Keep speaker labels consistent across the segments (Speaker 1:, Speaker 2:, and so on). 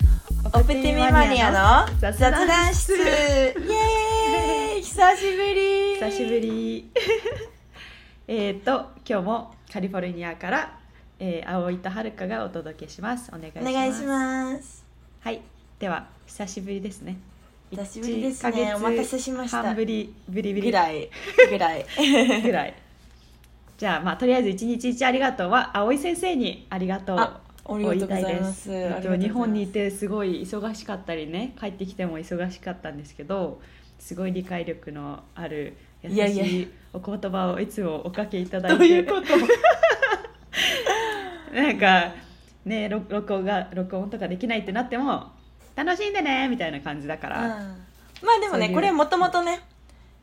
Speaker 1: プティミマニアの雑
Speaker 2: 雑
Speaker 1: 談
Speaker 2: 談
Speaker 1: 室
Speaker 2: 室
Speaker 1: イエーイ久しぶり
Speaker 2: 久しぶり えっと今日もカリフォルニアから、えー、葵とはるかがお届けしますお願いし
Speaker 1: お
Speaker 2: ます
Speaker 1: 願いします
Speaker 2: はいでは久しぶりですね
Speaker 1: 久しぶりですね
Speaker 2: 1ヶ月
Speaker 1: お待たせしました
Speaker 2: 半ぶりぶりぶり
Speaker 1: ぐらい ぐらい
Speaker 2: ぐらいじゃあまあとりあえず一日一ありがとうは葵先生にありがとう
Speaker 1: あお
Speaker 2: お
Speaker 1: りがとうございます
Speaker 2: えっと日本にいてすごい忙しかったりね帰ってきても忙しかったんですけどすごい理解力のある優
Speaker 1: いやいや
Speaker 2: しいお言葉をいつもおかけいただ
Speaker 1: ど
Speaker 2: いうて
Speaker 1: いうこと
Speaker 2: なんかね録録音が録音とかできないってなっても楽しんでねみたいな感じだか
Speaker 1: うん
Speaker 2: ら、
Speaker 1: まあでも
Speaker 2: そう
Speaker 1: ね
Speaker 2: いう
Speaker 1: これもともとね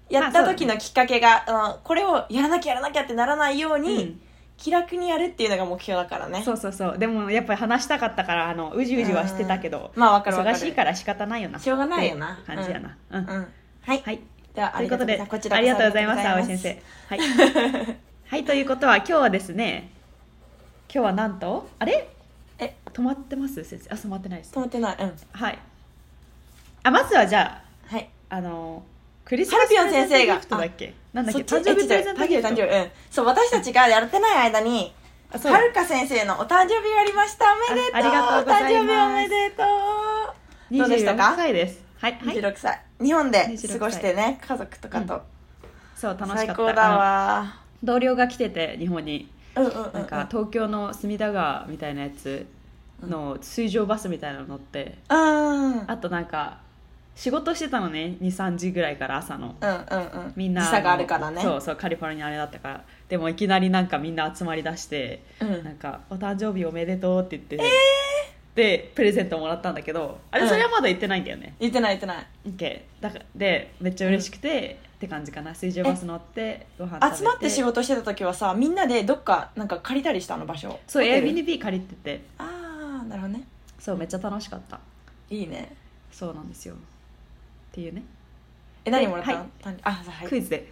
Speaker 1: やった時のきっかけが、うんこれをやらなきゃやらなきゃってならないよう
Speaker 2: う
Speaker 1: に、
Speaker 2: ん
Speaker 1: 気楽にやるっていうのが目標だからね
Speaker 2: そうそうそうでもやっぱり話したかったからあのうじうじはしてたけど、
Speaker 1: まあわかるわかる
Speaker 2: 忙しいから仕方ないよな
Speaker 1: しょうがないよな
Speaker 2: って感じやな、うん
Speaker 1: うんはい、
Speaker 2: はい
Speaker 1: ではあ
Speaker 2: とい
Speaker 1: り
Speaker 2: うこ
Speaker 1: がと
Speaker 2: と
Speaker 1: うござい
Speaker 2: で
Speaker 1: ますこちら
Speaker 2: あ
Speaker 1: こ
Speaker 2: り
Speaker 1: そ
Speaker 2: がとうございます
Speaker 1: あ
Speaker 2: 葵
Speaker 1: りがとうご
Speaker 2: 先
Speaker 1: ざ
Speaker 2: 生は
Speaker 1: いま
Speaker 2: い、はい、ということは今日はですね今日はなんとあれ
Speaker 1: え
Speaker 2: 止まってます先生あ止まってないです
Speaker 1: 止まってないうん
Speaker 2: はいあまずはじゃ
Speaker 1: はい
Speaker 2: ああのクリスマス
Speaker 1: ハルピョン先生が
Speaker 2: プレゼントギフトだっけなんだっ
Speaker 1: そ
Speaker 2: け
Speaker 1: っち
Speaker 2: 誕生日プレゼントギ
Speaker 1: え違う
Speaker 2: フト
Speaker 1: 誕生日誕生日うんそう私たちがやってない間に
Speaker 2: あそうだ
Speaker 1: はるか先生のお誕生日がありましたおめでと
Speaker 2: あ
Speaker 1: う
Speaker 2: ありがとうございます
Speaker 1: 誕生日おめでとうどうでした
Speaker 2: 26
Speaker 1: か
Speaker 2: 歳ですはい、はい、
Speaker 1: 26歳日本で
Speaker 2: 26歳
Speaker 1: 過ごしてね家族とかと、
Speaker 2: そう楽しかった
Speaker 1: 最高だわ
Speaker 2: あの同僚が来てて日本に
Speaker 1: うんうんうんうん
Speaker 2: なんか東京の隅田川みたいなやつの水上バスみたいなの乗って
Speaker 1: うんうんうん
Speaker 2: あとなんか仕事してたのね23時ぐらいから朝の
Speaker 1: うん
Speaker 2: みんな
Speaker 1: 時差があるからね
Speaker 2: そうそうカリフォルニアあれだったからでもいきなりなんかみんな集まりだして
Speaker 1: うん、
Speaker 2: なんか「お誕生日おめでとう」って言って、でプレゼントもらったんだけどあれ
Speaker 1: うん
Speaker 2: それはまだ言ってないんだよね、
Speaker 1: 言ってない言ってない
Speaker 2: オッケーだからでめっちゃ嬉しくて、って感じかな水上バス乗ってご飯食べて
Speaker 1: 集まって仕事してた時はさみんなでどっかなんか借りたりしたの場所
Speaker 2: そう
Speaker 1: ホテル
Speaker 2: Airbnb 借りてて
Speaker 1: ああなるほどね
Speaker 2: そうめっちゃ楽しかった
Speaker 1: いいね
Speaker 2: そうなんですよっていうね
Speaker 1: え何もらったの、
Speaker 2: はい
Speaker 1: 誕あはい
Speaker 2: クイズで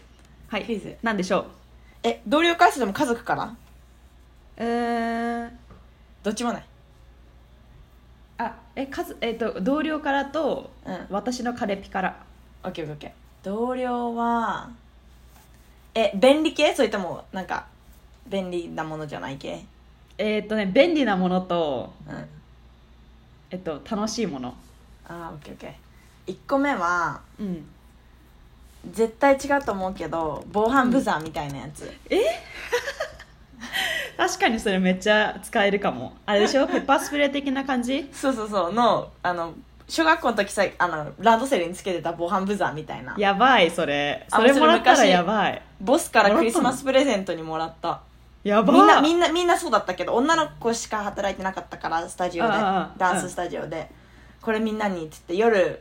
Speaker 2: はい
Speaker 1: クイズ
Speaker 2: なんでしょう
Speaker 1: え同僚からしても家族から
Speaker 2: うーん
Speaker 1: どっちもない
Speaker 2: あえかずえっ、と同僚からと
Speaker 1: うんオッ
Speaker 2: 私の彼ピから
Speaker 1: ケーオッケーオッケー同僚はえ便利系それともなんか便利なものじゃない系
Speaker 2: えっ、とね便利なものと
Speaker 1: うんあ
Speaker 2: えっと楽しいもの
Speaker 1: ーオッケーオッケー1個目は
Speaker 2: うん
Speaker 1: 絶対違うと思うけど防犯ブザーみたいなやつ、
Speaker 2: 確かにそれめっちゃ使えるかもあれで しょペッパースプレー的な感じ
Speaker 1: そうそうそうのあの小学校の時さあのランドセルにつけてた防犯ブザーみたいな
Speaker 2: やばいそれ
Speaker 1: あ
Speaker 2: それもらった
Speaker 1: そ
Speaker 2: ら
Speaker 1: れ昔
Speaker 2: やばい
Speaker 1: ボスからクリスマスプレゼントにもらった
Speaker 2: やば
Speaker 1: みんなみ
Speaker 2: なん
Speaker 1: なみんなそうだったけど女の子しか働いてなかったからスタジオで
Speaker 2: ああああ
Speaker 1: ダンススタジオで、これみんなにっつって夜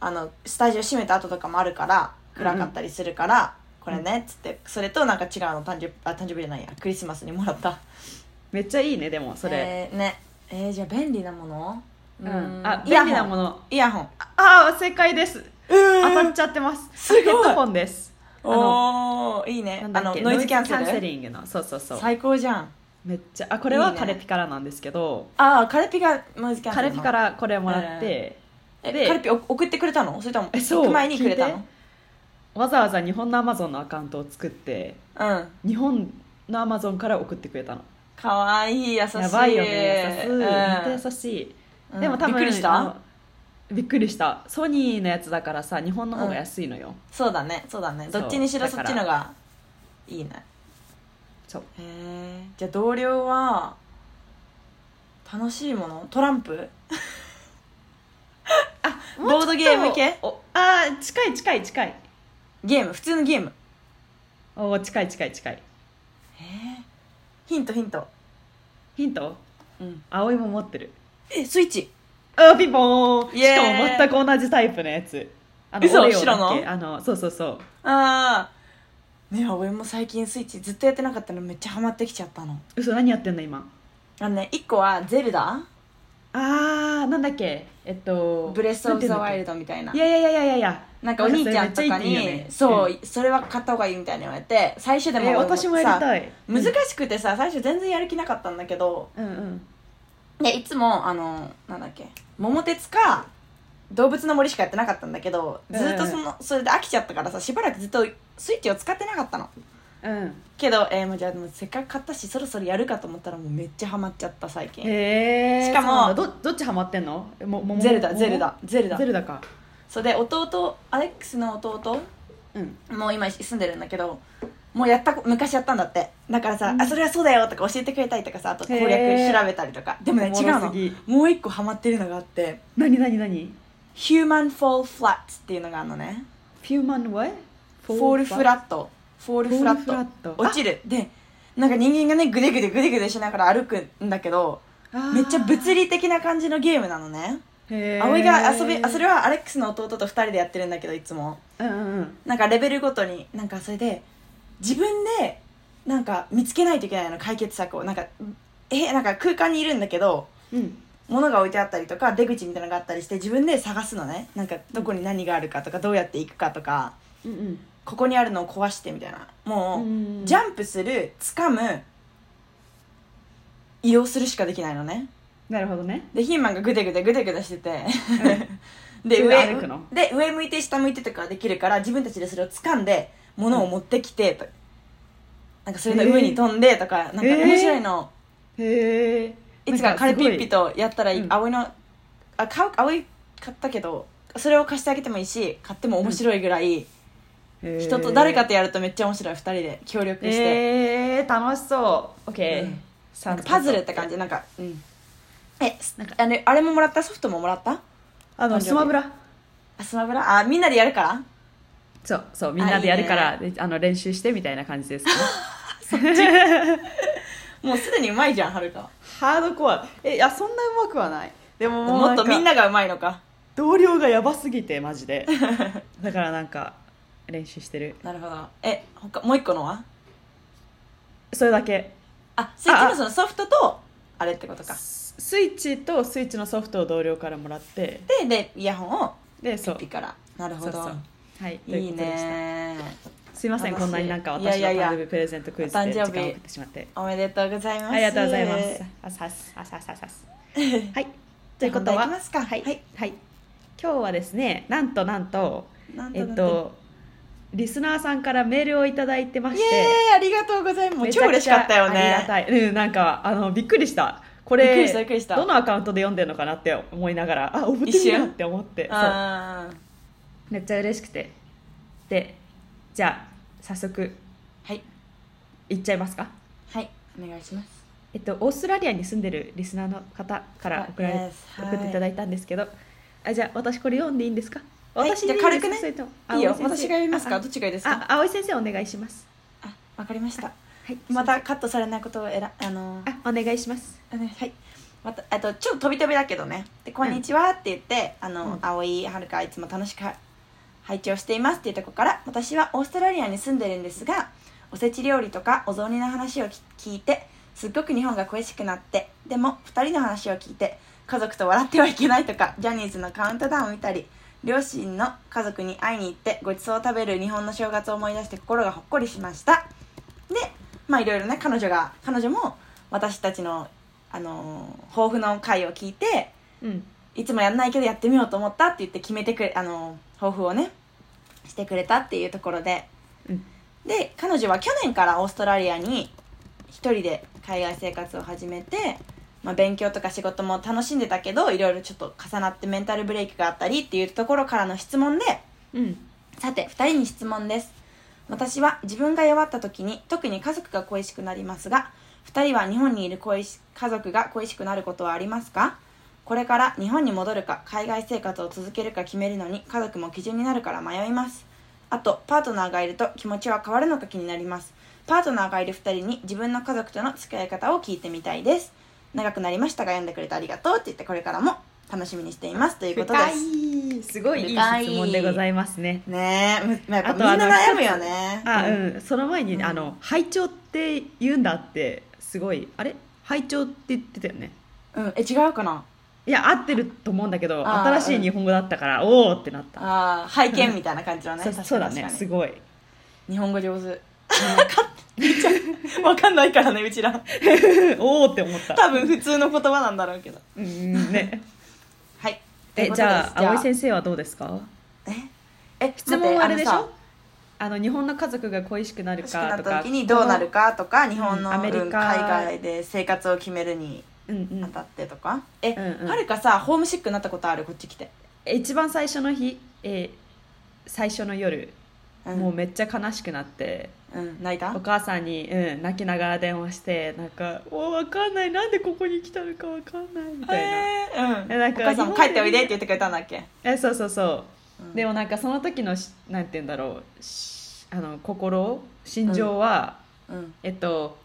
Speaker 1: あのスタジオ閉めた後とかもあるから暗かったりするから、これねっつってそれとなんか違うの誕生日あ誕生日じゃないやクリスマスにもらった
Speaker 2: めっちゃいいねでもそれ、
Speaker 1: えーねえー、じゃあ便利なもの
Speaker 2: うん、あ
Speaker 1: イヤ
Speaker 2: 便利
Speaker 1: ホン
Speaker 2: なもの
Speaker 1: イヤホン
Speaker 2: ああ正解です
Speaker 1: うー
Speaker 2: 当
Speaker 1: ん
Speaker 2: たっちゃってます
Speaker 1: すごい
Speaker 2: ヘッドホンですあの
Speaker 1: おーいいね
Speaker 2: なんだ
Speaker 1: あ
Speaker 2: っ
Speaker 1: の
Speaker 2: け
Speaker 1: ノイズキャンセル
Speaker 2: リングのそうそうそう
Speaker 1: 最高じゃん
Speaker 2: めっちゃあこれはい
Speaker 1: いね
Speaker 2: 彼ピからなんですけど
Speaker 1: ああカルピがノイズキャンセル
Speaker 2: 彼
Speaker 1: の
Speaker 2: ピからこれもらって、
Speaker 1: え
Speaker 2: で
Speaker 1: カルピお送ってくれたのそれとも
Speaker 2: えそう
Speaker 1: 行く前にくれた
Speaker 2: 聞い
Speaker 1: の
Speaker 2: わざわざ日本のアマゾンのアカウントを作って
Speaker 1: うん
Speaker 2: 日本のアマゾンから送ってくれたの
Speaker 1: かわいい優しい
Speaker 2: やばいよね優しい、
Speaker 1: うん
Speaker 2: 本当優しい、
Speaker 1: うん
Speaker 2: でも多分
Speaker 1: びっくりし
Speaker 2: あ
Speaker 1: た
Speaker 2: のびっくりしたソニーのやつだからさ日本の方が安いのよ、
Speaker 1: そうだねそうだね
Speaker 2: そう
Speaker 1: どっちにしろ
Speaker 2: だ
Speaker 1: そ
Speaker 2: か
Speaker 1: っ
Speaker 2: ら
Speaker 1: ちのがいいね
Speaker 2: そう
Speaker 1: へえじゃあ同僚は楽しいものトランプボードゲーム系
Speaker 2: おあー近い近い近い
Speaker 1: ゲーム普通のゲーム
Speaker 2: おー近い近い近い
Speaker 1: へえヒントヒント、
Speaker 2: ヒント
Speaker 1: うん、
Speaker 2: 葵も持ってる
Speaker 1: えスイッチ
Speaker 2: あピンポーン
Speaker 1: イエ
Speaker 2: し
Speaker 1: ーイ
Speaker 2: かも全く同じタイプのやつあの
Speaker 1: 嘘
Speaker 2: オレオだっけ
Speaker 1: 白の
Speaker 2: あのそうそうそう
Speaker 1: ああね俺も最近スイッチずっとやってなかったのめっちゃハマってきちゃったの
Speaker 2: 嘘何やってんの今
Speaker 1: あのね1個は「ゼルダ」
Speaker 2: あーなんだっけえっと
Speaker 1: 「ブレス・オブ・ザ・ワイル
Speaker 2: ド
Speaker 1: ド」みたいない
Speaker 2: やいやいやいやいや
Speaker 1: なんかお兄ちゃん
Speaker 2: そ
Speaker 1: とか
Speaker 2: れめっちゃいいよね
Speaker 1: にそうそれは買った方がいいみたいに言われて最初で
Speaker 2: で
Speaker 1: も
Speaker 2: も私もやり
Speaker 1: さ
Speaker 2: たい
Speaker 1: 難しくてさ最初全然やる気なかったんだけど
Speaker 2: うんうん
Speaker 1: でいつもあのなんだっけ桃鉄か動物の森しかやってなかったんだけどずっとそ
Speaker 2: うん
Speaker 1: のそれで飽きちゃったからさしばらくずっとスイッチを使ってなかったの
Speaker 2: うん
Speaker 1: けど、えーもうじゃあもうせっかく買ったしそろそろやるかと思ったらもうめっちゃハマっちゃった最近
Speaker 2: へえ
Speaker 1: しかも
Speaker 2: どどっちハマってんのももも
Speaker 1: ゼルダ
Speaker 2: も
Speaker 1: ゼルダゼルダ
Speaker 2: ゼルダか
Speaker 1: それで弟アレックスの弟
Speaker 2: うん
Speaker 1: もう今住んでるんだけどもうやったこ昔やったんだってだからさ、あそれはそうだよとか教えてくれたりとかさあと攻
Speaker 2: へ
Speaker 1: 略
Speaker 2: ー
Speaker 1: 調べたりとかでもね
Speaker 2: お
Speaker 1: 違
Speaker 2: も
Speaker 1: う
Speaker 2: ろ
Speaker 1: の
Speaker 2: すぎ
Speaker 1: もう一個ハマってるのがあって
Speaker 2: 何何何
Speaker 1: ヒューマンフォールフラットっていうのがあるのね
Speaker 2: フューマンは
Speaker 1: フォールフ
Speaker 2: ッ
Speaker 1: ラットフォールフラッ
Speaker 2: フォールフラッ
Speaker 1: ト
Speaker 2: ト
Speaker 1: 落ちるでなんか人間がねグデグデグデグデしながら歩くんだけどめっちゃ物理的な感じのゲームなのね葵が遊びあそれ
Speaker 2: は
Speaker 1: はアレックスの弟と2人でやってるんだけどいつも
Speaker 2: うんうんうん
Speaker 1: なんかレベルごとになんかそれで自分でなんか見つけないといけないの解決策をなんかえなんか空間にいるんだけど
Speaker 2: うん
Speaker 1: 物が置いてあったりとか出口みたいなのがあったりして自分で探すのねなんかどこに何があるかとかどうやって行くかとか
Speaker 2: うん
Speaker 1: ここにあるのを壊してみたいな
Speaker 2: う
Speaker 1: もう、
Speaker 2: ん
Speaker 1: ジャンプする掴む移動するしかできないのね
Speaker 2: なるほどね
Speaker 1: でヒーマンがグデグデグデグデしててで
Speaker 2: それで歩く
Speaker 1: 上
Speaker 2: の
Speaker 1: で上向いて下向いてとかできるから自分たちでそれを掴んで物を持ってきてと、なんかそれの上に飛んでとか、なんか面白いの、
Speaker 2: へえ
Speaker 1: いつかカルピッピ
Speaker 2: と
Speaker 1: とやったらいい、
Speaker 2: うん
Speaker 1: 葵のあ買う葵買ったけどそれを貸してあげてもいいし買っても面白いぐらい、人と誰かとやるとめっちゃ面白い2人で協力して、
Speaker 2: えー、楽しそう
Speaker 1: う
Speaker 2: OK
Speaker 1: んパズルって感じなんかうんえ
Speaker 2: なんか
Speaker 1: あれあれももらったソフトももらった
Speaker 2: あ
Speaker 1: 誕
Speaker 2: の
Speaker 1: 生日
Speaker 2: スマブラ
Speaker 1: あスマブラあみんなでやるから
Speaker 2: そうそうみんなでやるからであの練習してみたいな感じですかね
Speaker 1: もうすでにうまいじゃんはるか
Speaker 2: ハードコアえいやそんなうまくはないでももう
Speaker 1: もっとみん
Speaker 2: な
Speaker 1: ながうまい のか
Speaker 2: 同僚がやばすぎてマジで だからなんか練習してる
Speaker 1: なるほどえ他もう一個のは
Speaker 2: それだけ
Speaker 1: あスイッチのそのソフトとあれってことか
Speaker 2: ススイッチとスイッチのソフトを同僚からもらって
Speaker 1: ででイヤホンを
Speaker 2: でそう
Speaker 1: ピッからなるほ
Speaker 2: そうそ
Speaker 1: ど
Speaker 2: うはいと
Speaker 1: い
Speaker 2: い
Speaker 1: いう
Speaker 2: ことでした
Speaker 1: ね
Speaker 2: すいません
Speaker 1: 楽
Speaker 2: こ
Speaker 1: しい
Speaker 2: んなになんか
Speaker 1: いや
Speaker 2: 私
Speaker 1: い
Speaker 2: の
Speaker 1: やいや
Speaker 2: 誕生日プレゼントクイズで
Speaker 1: 誕
Speaker 2: 時
Speaker 1: 生
Speaker 2: 間を
Speaker 1: 日
Speaker 2: 送ってしまって
Speaker 1: おめでとうございます
Speaker 2: ありがとうございますあさすあさすあさすはい
Speaker 1: じゃあ
Speaker 2: 今度
Speaker 1: 答えい
Speaker 2: は
Speaker 1: きますか
Speaker 2: はい、
Speaker 1: はい
Speaker 2: はい、今日はですねなんとなんと
Speaker 1: なん
Speaker 2: え
Speaker 1: と
Speaker 2: っ
Speaker 1: なん
Speaker 2: とリスナーさんからメールをいただいてま
Speaker 1: イ
Speaker 2: し
Speaker 1: エ
Speaker 2: て
Speaker 1: ーイありがとうございますもう
Speaker 2: めちゃ
Speaker 1: 超
Speaker 2: くちゃ
Speaker 1: 嬉しかったよ
Speaker 2: ありが
Speaker 1: ね
Speaker 2: たい、うん、なんかあのびっくりしたこ
Speaker 1: びっくり
Speaker 2: れ
Speaker 1: したびっくりした
Speaker 2: どのアカウントで読んでるのかなって思いながらあ送ってみ
Speaker 1: 一
Speaker 2: よう
Speaker 1: 瞬
Speaker 2: って思ってそう
Speaker 1: あー
Speaker 2: めっちゃ嬉しくてでじゃあ早速
Speaker 1: はい
Speaker 2: いっちゃいますか
Speaker 1: はいお願いします
Speaker 2: えっと、オーストラリアに住んでるリスナーの方から送られ、
Speaker 1: あ Yes はい
Speaker 2: 送っていただいたんですけど、あじゃあ私これ読んでいいんですか
Speaker 1: はい
Speaker 2: 私
Speaker 1: じゃあ軽くね
Speaker 2: いいですかそれとも
Speaker 1: いいよ
Speaker 2: 葵先生
Speaker 1: 私が読みますか
Speaker 2: あ
Speaker 1: どっちがいいです
Speaker 2: あ
Speaker 1: か
Speaker 2: あ葵先生お願いします
Speaker 1: あわかりました
Speaker 2: はい
Speaker 1: またカットされないことをえらあのー
Speaker 2: あお願いします
Speaker 1: あのはい。また、あと、ちょっと飛び飛びだけどね。で、こんにちはって言って、あ
Speaker 2: う
Speaker 1: の、
Speaker 2: ん
Speaker 1: 葵はるかいつも楽しく拝聴していますっていうとこから、私はオーストラリアに住んでるんですが、おせち料理とかお雑煮の話を聞聞いて、すっごく日本が恋しくなって、でも、二人の話を聞いて、家族と笑ってはいけないとか、ジャニーズのカウントダウンを見たり、両親の家族に会いに行ってごちそうを食べる日本の正月を思い出して心がほっこりしましたでまあいろいろね彼女が彼女も私たちの、あのー抱負の回を聞いて
Speaker 2: うん
Speaker 1: いつもやんないけどやってみようと思ったって言って決めてくれ、あのー抱負をねしてくれたっていうところで
Speaker 2: うん
Speaker 1: で彼女は去年からオーストラリアに一人で海外生活を始めて、まあ、勉強とか仕事も楽しんでたけどいろいろちょっと重なってメンタルブレイクがあったりっていうところからの質問で
Speaker 2: うん
Speaker 1: さて2人に質問です私は自分が弱った時に特に家族が恋しくなりますが2人は日本にいる恋し家族が恋しくなることはありますかこれから日本に戻るか海外生活を続けるか決めるのに家族も基準になるから迷いますあとパートナーがいると気持ちは変わるのか気になりますパートナーがいる2人に自分の家族との付き合い方を聞いてみたいです長くなりましたが読んでくれてありがとうって言ってこれからも楽しみにしていますということです
Speaker 2: 深いすごいいい
Speaker 1: 深い
Speaker 2: 質問でございますね
Speaker 1: ねえむやっぱ
Speaker 2: あ
Speaker 1: み
Speaker 2: と
Speaker 1: んな
Speaker 2: あの
Speaker 1: 悩むよね
Speaker 2: あ
Speaker 1: うん
Speaker 2: うんその前に、
Speaker 1: うん
Speaker 2: あの拝聴って言うんだってすごいあれ拝聴って言ってたよね
Speaker 1: うんえ違うかない
Speaker 2: や合ってると思うんだけど
Speaker 1: あー
Speaker 2: 新しい日本語だったから、おおってなった
Speaker 1: ああ拝見みたいな感じだね
Speaker 2: そ
Speaker 1: 確かに
Speaker 2: そうだね
Speaker 1: 確か
Speaker 2: す
Speaker 1: に
Speaker 2: ごい
Speaker 1: 日本語上 手わかんないからねうちら
Speaker 2: おおって思った
Speaker 1: 多分普通の言葉なんだろうけど
Speaker 2: うんね
Speaker 1: はい という
Speaker 2: え
Speaker 1: こと
Speaker 2: じゃ
Speaker 1: です
Speaker 2: あ葵先生はどうですか
Speaker 1: ええ
Speaker 2: 質問はあれでし
Speaker 1: 待って
Speaker 2: ょあの日本の家族が恋しくなる
Speaker 1: あのさ欲
Speaker 2: かと
Speaker 1: しくな
Speaker 2: か
Speaker 1: った時にどうなるかとか日本の、
Speaker 2: アメリカ
Speaker 1: うん海外で生活を決めるに
Speaker 2: うんう
Speaker 1: あ
Speaker 2: ん
Speaker 1: たってとか、え、
Speaker 2: うんうん
Speaker 1: はるかさホームシックになったことあるこっち来て、
Speaker 2: え一番最初の日、えー最初の夜、
Speaker 1: うん、
Speaker 2: もうめっちゃ悲しくなって
Speaker 1: うん、泣いた
Speaker 2: お母さんに、うん、泣きながら電話してなんか「おわかんないなんでここに来たのかわかんない」みたいな、
Speaker 1: えーうん、
Speaker 2: えなんか
Speaker 1: お母さんも
Speaker 2: 日本で
Speaker 1: 帰っておいでって言ってくれたんだっけ、
Speaker 2: えそうそうそう
Speaker 1: うん
Speaker 2: でもなんかその時のしなんて言うんだろうしあの心心情は、
Speaker 1: うん
Speaker 2: えっと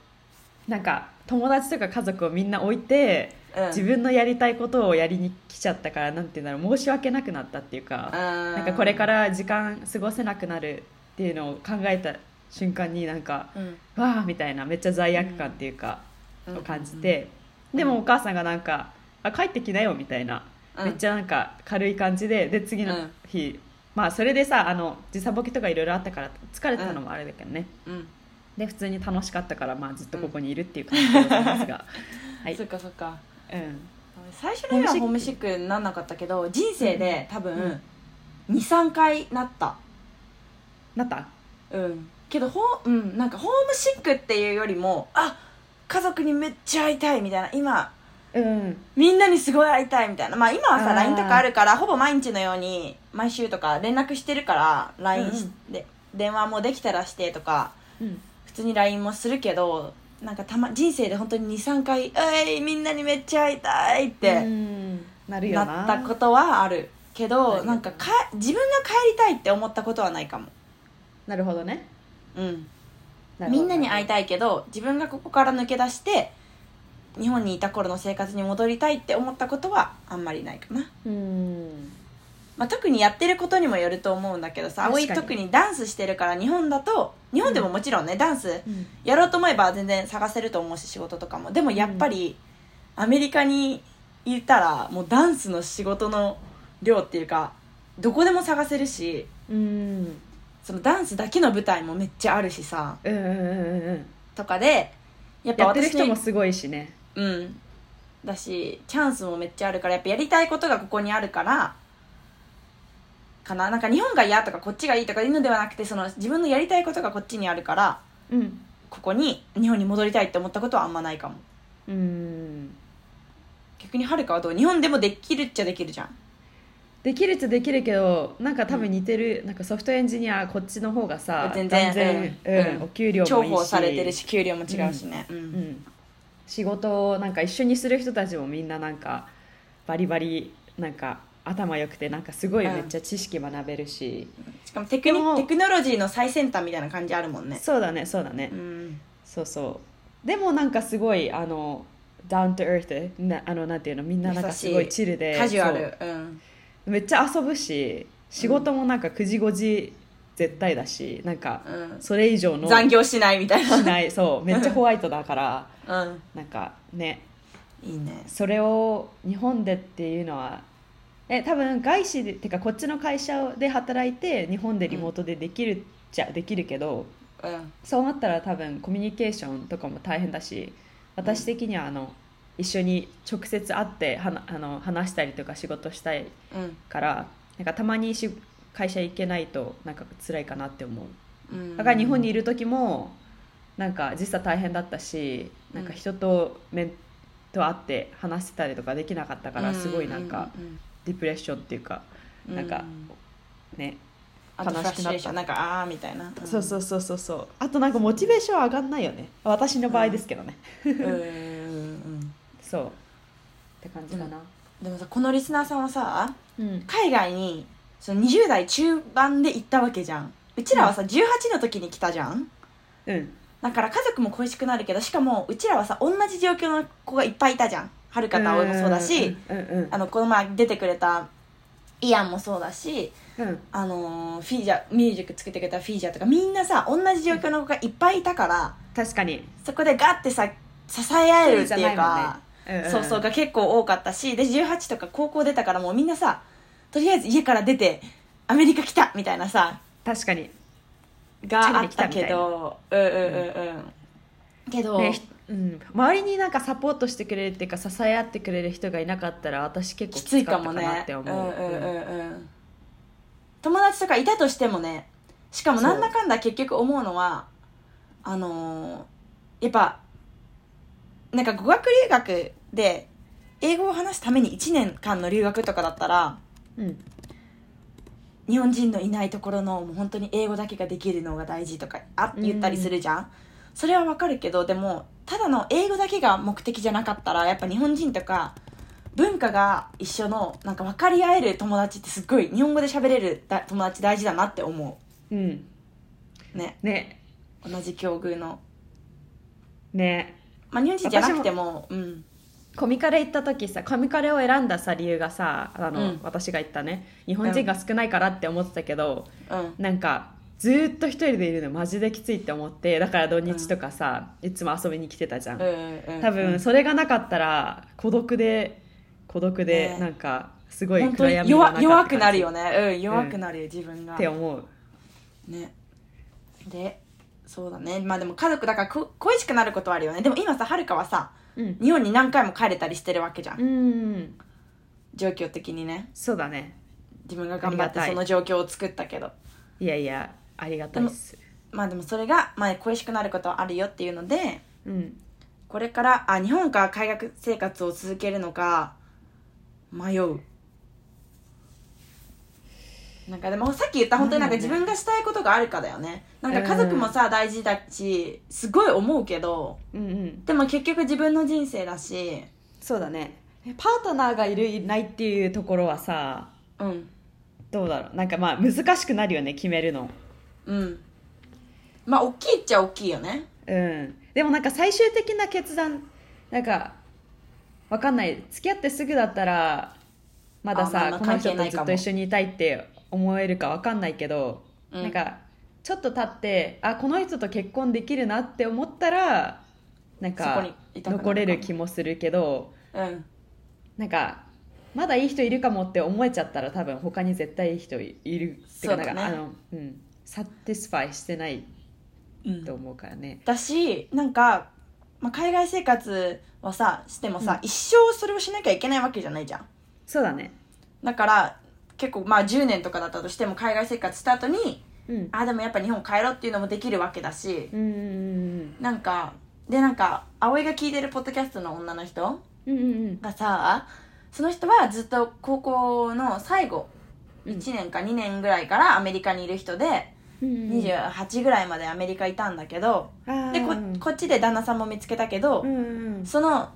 Speaker 2: なんか友達とか家族をみんな置いて
Speaker 1: うん、
Speaker 2: 自分のやりたいことをやりに来ちゃったからなんて言うんだろう申し訳なくなったっていうか、
Speaker 1: な
Speaker 2: なんかこれか、ら時間過ごせなくなるっていうのを考えた瞬間になんか
Speaker 1: うん
Speaker 2: わあみたいなめっちゃ罪悪感っていうか、を感じ、て、
Speaker 1: うん
Speaker 2: でもお母さんがなんか「あ帰ってきなよ」みたいな、
Speaker 1: うん
Speaker 2: めっちゃなんか軽い感じでで次
Speaker 1: う
Speaker 2: の
Speaker 1: ん
Speaker 2: 日、まあそれでさあの時差ボケとかいろいろあったから疲れてたのもあれだけどね、
Speaker 1: うん
Speaker 2: で普通に楽しかったから、まあ、ずっとここにいるっていう感じでございますが、はい
Speaker 1: そっかそっか
Speaker 2: うん、
Speaker 1: 最初の日
Speaker 2: ホ
Speaker 1: はホー
Speaker 2: ー
Speaker 1: ム
Speaker 2: ム
Speaker 1: シ
Speaker 2: シ
Speaker 1: ッ
Speaker 2: ッ
Speaker 1: クになんなかったけど人生で多分
Speaker 2: ん
Speaker 1: 23回なった
Speaker 2: なった
Speaker 1: うんけどほう、うん、なんかホームシックっていうよりもあ家族にめっちゃ会いたいみたいな今
Speaker 2: うん
Speaker 1: みんなにすごい会いたいみたいなまあ今は
Speaker 2: あ
Speaker 1: さ
Speaker 2: ー
Speaker 1: LINE とかあるからほぼ毎日のように毎週とか連絡してるから LINE し、で電話もできたらしてとか
Speaker 2: うん
Speaker 1: 普通に LINE もするけどなんかたま人生で本当に23回「えいみんなにめっちゃ会いたい」って
Speaker 2: うんなるよな
Speaker 1: なったことはあるけど
Speaker 2: なるよな
Speaker 1: なんかか自分が帰りたいって思ったことはないかも、
Speaker 2: なるほどね
Speaker 1: うん、
Speaker 2: なるほ
Speaker 1: み
Speaker 2: ど
Speaker 1: んなに会いたいけど自分がここから抜け出して日本にいた頃の生活に戻りたいって思ったことはあんまりないかな、
Speaker 2: うん
Speaker 1: まあ、特にやってることにもよると思うんだけどさ
Speaker 2: 確かに
Speaker 1: 葵特にダンスしてるから日本だと日本でももちろんね、ダンス
Speaker 2: うん
Speaker 1: やろうと思えば全然探せると思うし仕事とかもでもやっぱりアメリカにいたらもうダンスの仕事の量っていうかどこでも探せるし
Speaker 2: うん
Speaker 1: そのダンスだけの舞台もめっちゃあるしさ
Speaker 2: うんうんうんうん
Speaker 1: とかでやっぱ
Speaker 2: やってる
Speaker 1: 私
Speaker 2: 人
Speaker 1: に
Speaker 2: もすごいしね
Speaker 1: うんだしチャンスもめっちゃあるからやっぱやりたいことがここにあるからかななんか日本が嫌とかこっちがいいとかいうのではなくてその自分のやりたいことがこっちにあるから
Speaker 2: うん
Speaker 1: ここに日本に戻りたいって思ったことはあんまないかも
Speaker 2: うん
Speaker 1: 逆にはるかはどう日本でもできるっちゃできるじゃん
Speaker 2: できるっちゃできるけどなんか多分似てる、なんかソフトエンジニアこっちの方がさ
Speaker 1: 全然
Speaker 2: 断
Speaker 1: うん
Speaker 2: 然、うん
Speaker 1: うん
Speaker 2: お給料もいいし
Speaker 1: 重宝されてるし給料も違うしねう
Speaker 2: うんん、仕事をなんか一緒にする人たちもみんななんかバリバリなんか頭良くてなんかすごい
Speaker 1: うん
Speaker 2: めっちゃ知識学べるし、
Speaker 1: しかもテクニ
Speaker 2: でも
Speaker 1: テクノロジーの最先端みたいな感じあるもんね
Speaker 2: そうだねそうだね、
Speaker 1: うん
Speaker 2: そうそうでもなんかすごいあのダウントエ t トなあのなんていうのみんななんかすごいチルで
Speaker 1: カジュア
Speaker 2: そう
Speaker 1: ルうん
Speaker 2: めっちゃ遊ぶし仕事もなんか9時5時絶対だしなんか
Speaker 1: う
Speaker 2: それ以上の
Speaker 1: ん残業しないみたい
Speaker 2: しない そうめっちゃホワイトだから
Speaker 1: なうん
Speaker 2: なんかね
Speaker 1: いいね
Speaker 2: それを日本でっていうのはえ多分外資でてかこっちの会社で働いて日本でリモートでできるじゃできるけど
Speaker 1: うん
Speaker 2: そうなったら多分コミュニケーションとかも大変だし私的にはあの一緒に直接会ってはなあの話したりとか仕事したい
Speaker 1: うん
Speaker 2: からなんかたまにし会社行けないとなんか辛いかなって思う
Speaker 1: うん
Speaker 2: だから日本にいる時もなんか実際大変だったしなんか人と面と会って話してたりとかできなかったからすごいなんかディプレッションっていうか
Speaker 1: うん
Speaker 2: なんか
Speaker 1: うん
Speaker 2: ね
Speaker 1: あとフ
Speaker 2: 悲しくなった
Speaker 1: ラッシュレーションなんかああーみたいな
Speaker 2: そうそううそうそうそうあとなんかモチベーション上がんないよね私の場合ですけどね
Speaker 1: んうんうん
Speaker 2: そうって感じかな
Speaker 1: でもさこのリスナーさんはさ
Speaker 2: うん
Speaker 1: 海外にその20代中盤で行ったわけじゃんうちらはさ18の時に来たじゃん
Speaker 2: うん
Speaker 1: だから家族も恋しくなるけどしかもうちらはさ同じ状況の子がいっぱいいたじゃんはるかと葵もそうだし
Speaker 2: うんうん
Speaker 1: あのこの前出てくれたイアンもそうだし
Speaker 2: うん
Speaker 1: あのーフィージャミュージック作ってくれたフィージャとかみんなさ同じ状況の子がいっぱいいたから
Speaker 2: 確かに
Speaker 1: そこでガッてさ支え合えるって
Speaker 2: 一人じ
Speaker 1: いう
Speaker 2: ゃないもん
Speaker 1: か
Speaker 2: ねうんん
Speaker 1: そうそうが結構多かったしで18とか高校出たからもうみんなさとりあえず家から出てアメリカ来たみたいなさ
Speaker 2: 確かに
Speaker 1: があったけどうんうんうんうんけど、
Speaker 2: ねひうん、周りになんかサポートしてくれるっていうか支え合ってくれる人がいなかったら私結構
Speaker 1: きついか
Speaker 2: った
Speaker 1: も
Speaker 2: か
Speaker 1: ね
Speaker 2: なって思う、
Speaker 1: うんうんう
Speaker 2: うん
Speaker 1: んうん友達とかいたとしてもねしかもなんだかんだ結局思うのはあのーやっぱなんか語学留学で英語を話すために1年間の留学とかだったら
Speaker 2: うん
Speaker 1: 日本人のいないところのもう本当に英語だけができるのが大事とかあ言ったりするじゃん、それはわかるけどでもただの英語だけが目的じゃなかったらやっぱ日本人とか文化が一緒のなんか分かり合える友達ってすっごい日本語で喋れるだ友達大事だなって思
Speaker 2: うん
Speaker 1: うね
Speaker 2: ね
Speaker 1: 同じ境遇の
Speaker 2: ね
Speaker 1: まあ日本人じゃなくてもうん
Speaker 2: コミカレ行った時さコミカレを選んださ理由がさあの、
Speaker 1: うん
Speaker 2: 私が言ったね日本人が少ないからって思ってたけど、
Speaker 1: うん
Speaker 2: なんかずーっと一人でいるのマジできついって思ってだから土日とかさ、いつも遊びに来てたじゃん、
Speaker 1: うんうんうん
Speaker 2: 多分それがなかったら孤独で孤独で
Speaker 1: ね
Speaker 2: なんかすごい
Speaker 1: 本当
Speaker 2: 暗
Speaker 1: に
Speaker 2: 闇の中
Speaker 1: 弱弱くなるよ
Speaker 2: ね
Speaker 1: ねうん弱くなるよ自分が
Speaker 2: って思う
Speaker 1: ねでそうだねまあでも家族だからこ恋しくなることはあるよねでも今さはるかはさ
Speaker 2: うん、
Speaker 1: 日本に何回も帰れたりしてるわけじゃん、
Speaker 2: うん、
Speaker 1: 状況的にね
Speaker 2: そうだね
Speaker 1: 自分が
Speaker 2: あり
Speaker 1: 頑張っ
Speaker 2: が
Speaker 1: て
Speaker 2: たい
Speaker 1: その状況を作ったけど
Speaker 2: いやいやありがたいっす
Speaker 1: まあでもそれが、まあ、恋しくなることはあるよっていうので
Speaker 2: うん
Speaker 1: これからあ日本から海外生活を続けるのか迷うなんかでもさっき言った本当になんか
Speaker 2: なん
Speaker 1: 自
Speaker 2: だろう
Speaker 1: 分がしたいことがあるかだよねなんか家族もさ大事だしすごい思うけど
Speaker 2: うんうん
Speaker 1: でも結局自分の人生だし
Speaker 2: そうだねパートナーがいるいないっていうところはさ
Speaker 1: うん
Speaker 2: どうだろうなんかまあ難しくなるよね決めるの
Speaker 1: うんまあ大きいっちゃ大きいよね
Speaker 2: うんでもなんか最終的な決断なんかわかんない付き合ってすぐだったらまださ
Speaker 1: あまあまあ
Speaker 2: この人
Speaker 1: 関係な
Speaker 2: と
Speaker 1: い
Speaker 2: ず
Speaker 1: かも
Speaker 2: っと一緒にいたいって思えるかわかんないけど、
Speaker 1: うん
Speaker 2: なんかちょっと経ってあこの人と結婚できるなって思ったらなん
Speaker 1: そこ
Speaker 2: か
Speaker 1: にいたくなるかも
Speaker 2: 残れる気もするけど
Speaker 1: うん
Speaker 2: なんかまだいい人いるかもって思えちゃったら多分他に絶対いい人いるって
Speaker 1: そうだね
Speaker 2: なんかあの、うん、サティスファイしてない
Speaker 1: うん
Speaker 2: と思うからね。
Speaker 1: だしなんか、まあ、海外生活はさしてもさ、
Speaker 2: うん
Speaker 1: 一生それをしなきゃいけないわけじゃないじゃん
Speaker 2: そうだね、
Speaker 1: だから結構まあ10年とかだったとしても海外生活した後に
Speaker 2: うん、
Speaker 1: あでもやっぱ日本帰ろうっていうのもできるわけだし
Speaker 2: う、んうん
Speaker 1: なんかでなんか葵が聞いてるポッドキャストの女の人
Speaker 2: うんうんうん
Speaker 1: がさその人はずっと高校の最後
Speaker 2: うん
Speaker 1: 1年か2年ぐらいからアメリカにいる人で、
Speaker 2: うんうん
Speaker 1: 28ぐらいまでアメリカいたんだけど、
Speaker 2: あ
Speaker 1: でこ
Speaker 2: ー
Speaker 1: こっちで旦那さんも見つけたけど、
Speaker 2: うんうん
Speaker 1: その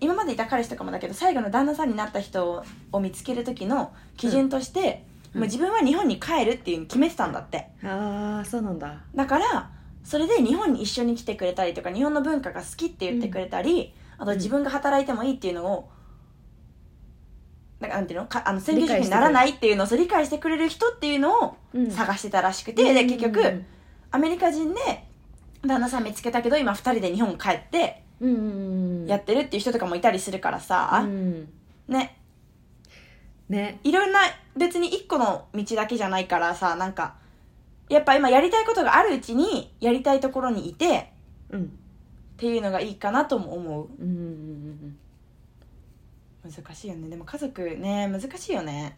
Speaker 1: 今までいた彼氏とかもだけど最後の旦那さんになった人を見つける時の基準として、
Speaker 2: うん
Speaker 1: もう自分は日本に帰るっていうのを決めてたんだって
Speaker 2: あーそうなんだ
Speaker 1: だからそれで日本に一緒に来てくれたりとか日本の文化が好きって言ってくれたり、あと自分が働いてもいいっていうのを、なんかなんていうのかあの専業主婦にならないっていうのをそう理解してくれる人っていうのを
Speaker 2: 探
Speaker 1: 探してたらしくて、で結局、アメリカ人で旦那さん見つけたけど今2人で日本帰って
Speaker 2: や
Speaker 1: やってるっていう人とかもいたりするからさ、ね
Speaker 2: ね
Speaker 1: いろんな別に1個の道だけじゃないからさなんかやっぱ今やりたいことがあるうちにやりたいところにいて
Speaker 2: うん
Speaker 1: っていうのがいいかなとも思う
Speaker 2: うんうんうん
Speaker 1: 難しいよねでも家族ね難しいよね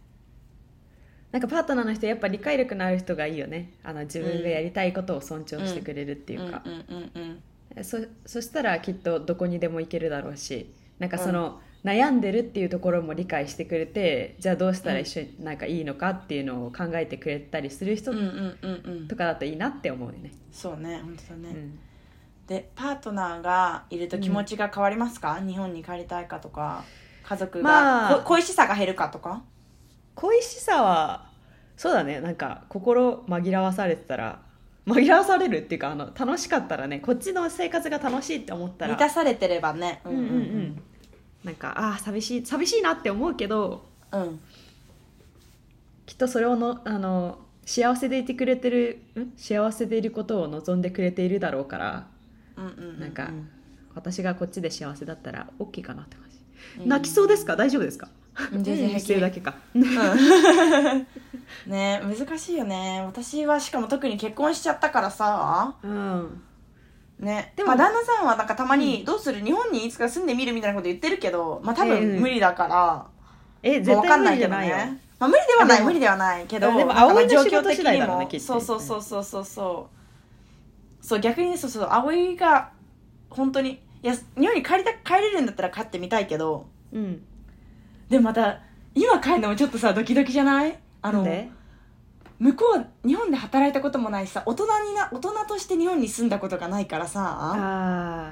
Speaker 2: なんかパートナーの人やっぱ理解力のある人がいいよねあの自分がやりたいことを尊重してくれるって
Speaker 1: う
Speaker 2: い
Speaker 1: んうん
Speaker 2: うか、
Speaker 1: うんうん
Speaker 2: そそしたらきっとどこにでも行けるだろうしなんかその、悩んでるっていうところも理解してくれてじゃあどうしたら一緒になんかいいのかっていうのを考えてくれたりする人
Speaker 1: うんうんうんうん
Speaker 2: とかだといいなって思うよね、
Speaker 1: そうね本当だね、
Speaker 2: うん
Speaker 1: でパートナーがいると気持ちが変わりますか、日本に帰りたいかとか家族が、
Speaker 2: まあ
Speaker 1: こ恋しさが減るかとか
Speaker 2: 恋しさはそうだねなんか心紛らわされてたら紛らわされるっていうかあの楽しかったらねこっちの生活が楽しいって思ったら
Speaker 1: 満たされてればねう
Speaker 2: うんうんうんなんかああ寂しい寂しいなって思うけど
Speaker 1: うんうん
Speaker 2: きっとそれをのあの幸せでいてくれてるん幸せでいることを望んでくれているだろうから
Speaker 1: うんうんうん
Speaker 2: なんか私がこっちで幸せだったら OK かなって感じ、
Speaker 1: うん
Speaker 2: 泣きそうですか大丈夫ですか
Speaker 1: 全 然平気
Speaker 2: 見せるだけか
Speaker 1: うんね難しいよね私はしかも特に結婚しちゃったからさ
Speaker 2: うん
Speaker 1: ね
Speaker 2: で
Speaker 1: で
Speaker 2: も
Speaker 1: も、まあ旦那さんはなんかたま
Speaker 2: う
Speaker 1: に
Speaker 2: ん
Speaker 1: 「どうする日本にいつか住んでみる」みたいなこと言ってるけどまあ多
Speaker 2: う
Speaker 1: 分
Speaker 2: ん
Speaker 1: 無理だから、
Speaker 2: え
Speaker 1: もう
Speaker 2: 絶
Speaker 1: 分か
Speaker 2: 対
Speaker 1: ん
Speaker 2: 無
Speaker 1: な
Speaker 2: 理じ
Speaker 1: いけ
Speaker 2: ゃ
Speaker 1: ど
Speaker 2: ないよ
Speaker 1: ね、まあ、無理ではな
Speaker 2: で
Speaker 1: い
Speaker 2: も
Speaker 1: 無理ではないけど
Speaker 2: でも
Speaker 1: なんかまあ
Speaker 2: 葵の
Speaker 1: 状
Speaker 2: 仕
Speaker 1: 況
Speaker 2: 事
Speaker 1: 的
Speaker 2: 次第
Speaker 1: に
Speaker 2: だろうね
Speaker 1: も
Speaker 2: きっと
Speaker 1: そうそうそうそうそうそうそう逆にねそうそう葵が本当にいや日本に帰りた帰れるんだったら帰ってみたいけど
Speaker 2: うん
Speaker 1: でもまた今帰るのもちょっとさドキドキじゃないあ
Speaker 2: な
Speaker 1: の
Speaker 2: んで
Speaker 1: 向こう日本で働いたこともないしさ大人にな大人として日本に住んだことがないからさ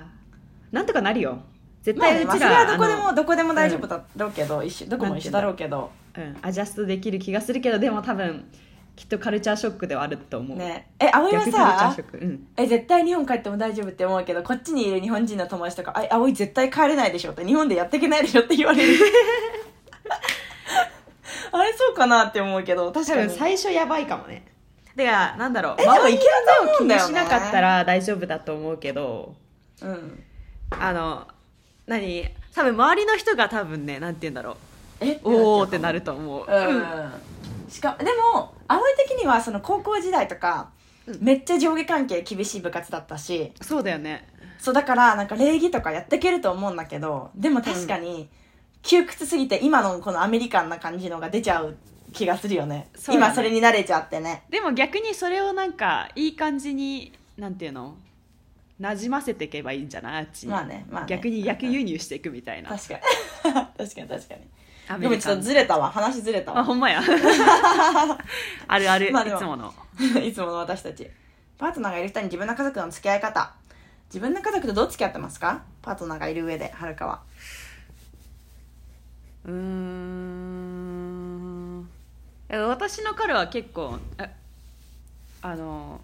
Speaker 2: あーなんとかなるよ絶
Speaker 1: まあ
Speaker 2: 対
Speaker 1: ね
Speaker 2: う
Speaker 1: まあ
Speaker 2: ち
Speaker 1: そ
Speaker 2: ら、
Speaker 1: れはどこで
Speaker 2: あ
Speaker 1: もどこでも大丈夫だろうけど、一緒どこも一緒だろうけど
Speaker 2: のうん、アジャストできる気がするけどでも多分きっとカルチャーショックではあると思う、
Speaker 1: ねえ葵
Speaker 2: 逆カ
Speaker 1: は
Speaker 2: ルチャー
Speaker 1: さ
Speaker 2: ショック、うん、
Speaker 1: え絶対日本帰っても大丈夫って思うけどこっちにいる日本人の友達とか「あ葵絶対帰れないでしょ」って日本でやっていけないでしょって言われ るあれそうかなって思うけど確
Speaker 2: 多
Speaker 1: かに
Speaker 2: 分最初やばいかもねでかなんだろう
Speaker 1: えでも
Speaker 2: 周り
Speaker 1: いけると思うんだよね
Speaker 2: の目を気にしなかったら大丈夫だと思うけど
Speaker 1: うん
Speaker 2: あの何多分周りの人が多分ねなんて言うんだろ
Speaker 1: え
Speaker 2: うおおってなると思う、
Speaker 1: うんしかでも葵的にはその高校時代とか、
Speaker 2: うん
Speaker 1: めっちゃ上下関係厳しい部活だったし
Speaker 2: そうだよね
Speaker 1: そうだからなんか礼儀とかやっていけると思うんだけどでも確かに窮屈すぎて今のこのアメリカンな感じのが出ちゃう気がするよね
Speaker 2: そうだね
Speaker 1: 今それに慣れちゃってね
Speaker 2: でも逆にそれをなんかいい感じになんていうの馴染ませていけばいいんじゃないあっちに、
Speaker 1: まあねまあね
Speaker 2: 逆に逆輸入していくみたいな
Speaker 1: 確かに確かに確か
Speaker 2: アメ
Speaker 1: にでも
Speaker 2: リ
Speaker 1: ち
Speaker 2: カ
Speaker 1: ょっ
Speaker 2: ン
Speaker 1: とずれたわ話ずれた
Speaker 2: あ
Speaker 1: わ
Speaker 2: ほん まやあるある、
Speaker 1: まあで
Speaker 2: い
Speaker 1: も
Speaker 2: つもの
Speaker 1: いつもの私たちパートナーがいる人に自分の家族の付き合い方自分の家族とどう付き合ってますかパートナーがいる上ではるかは
Speaker 2: うーん私の彼は結構ああの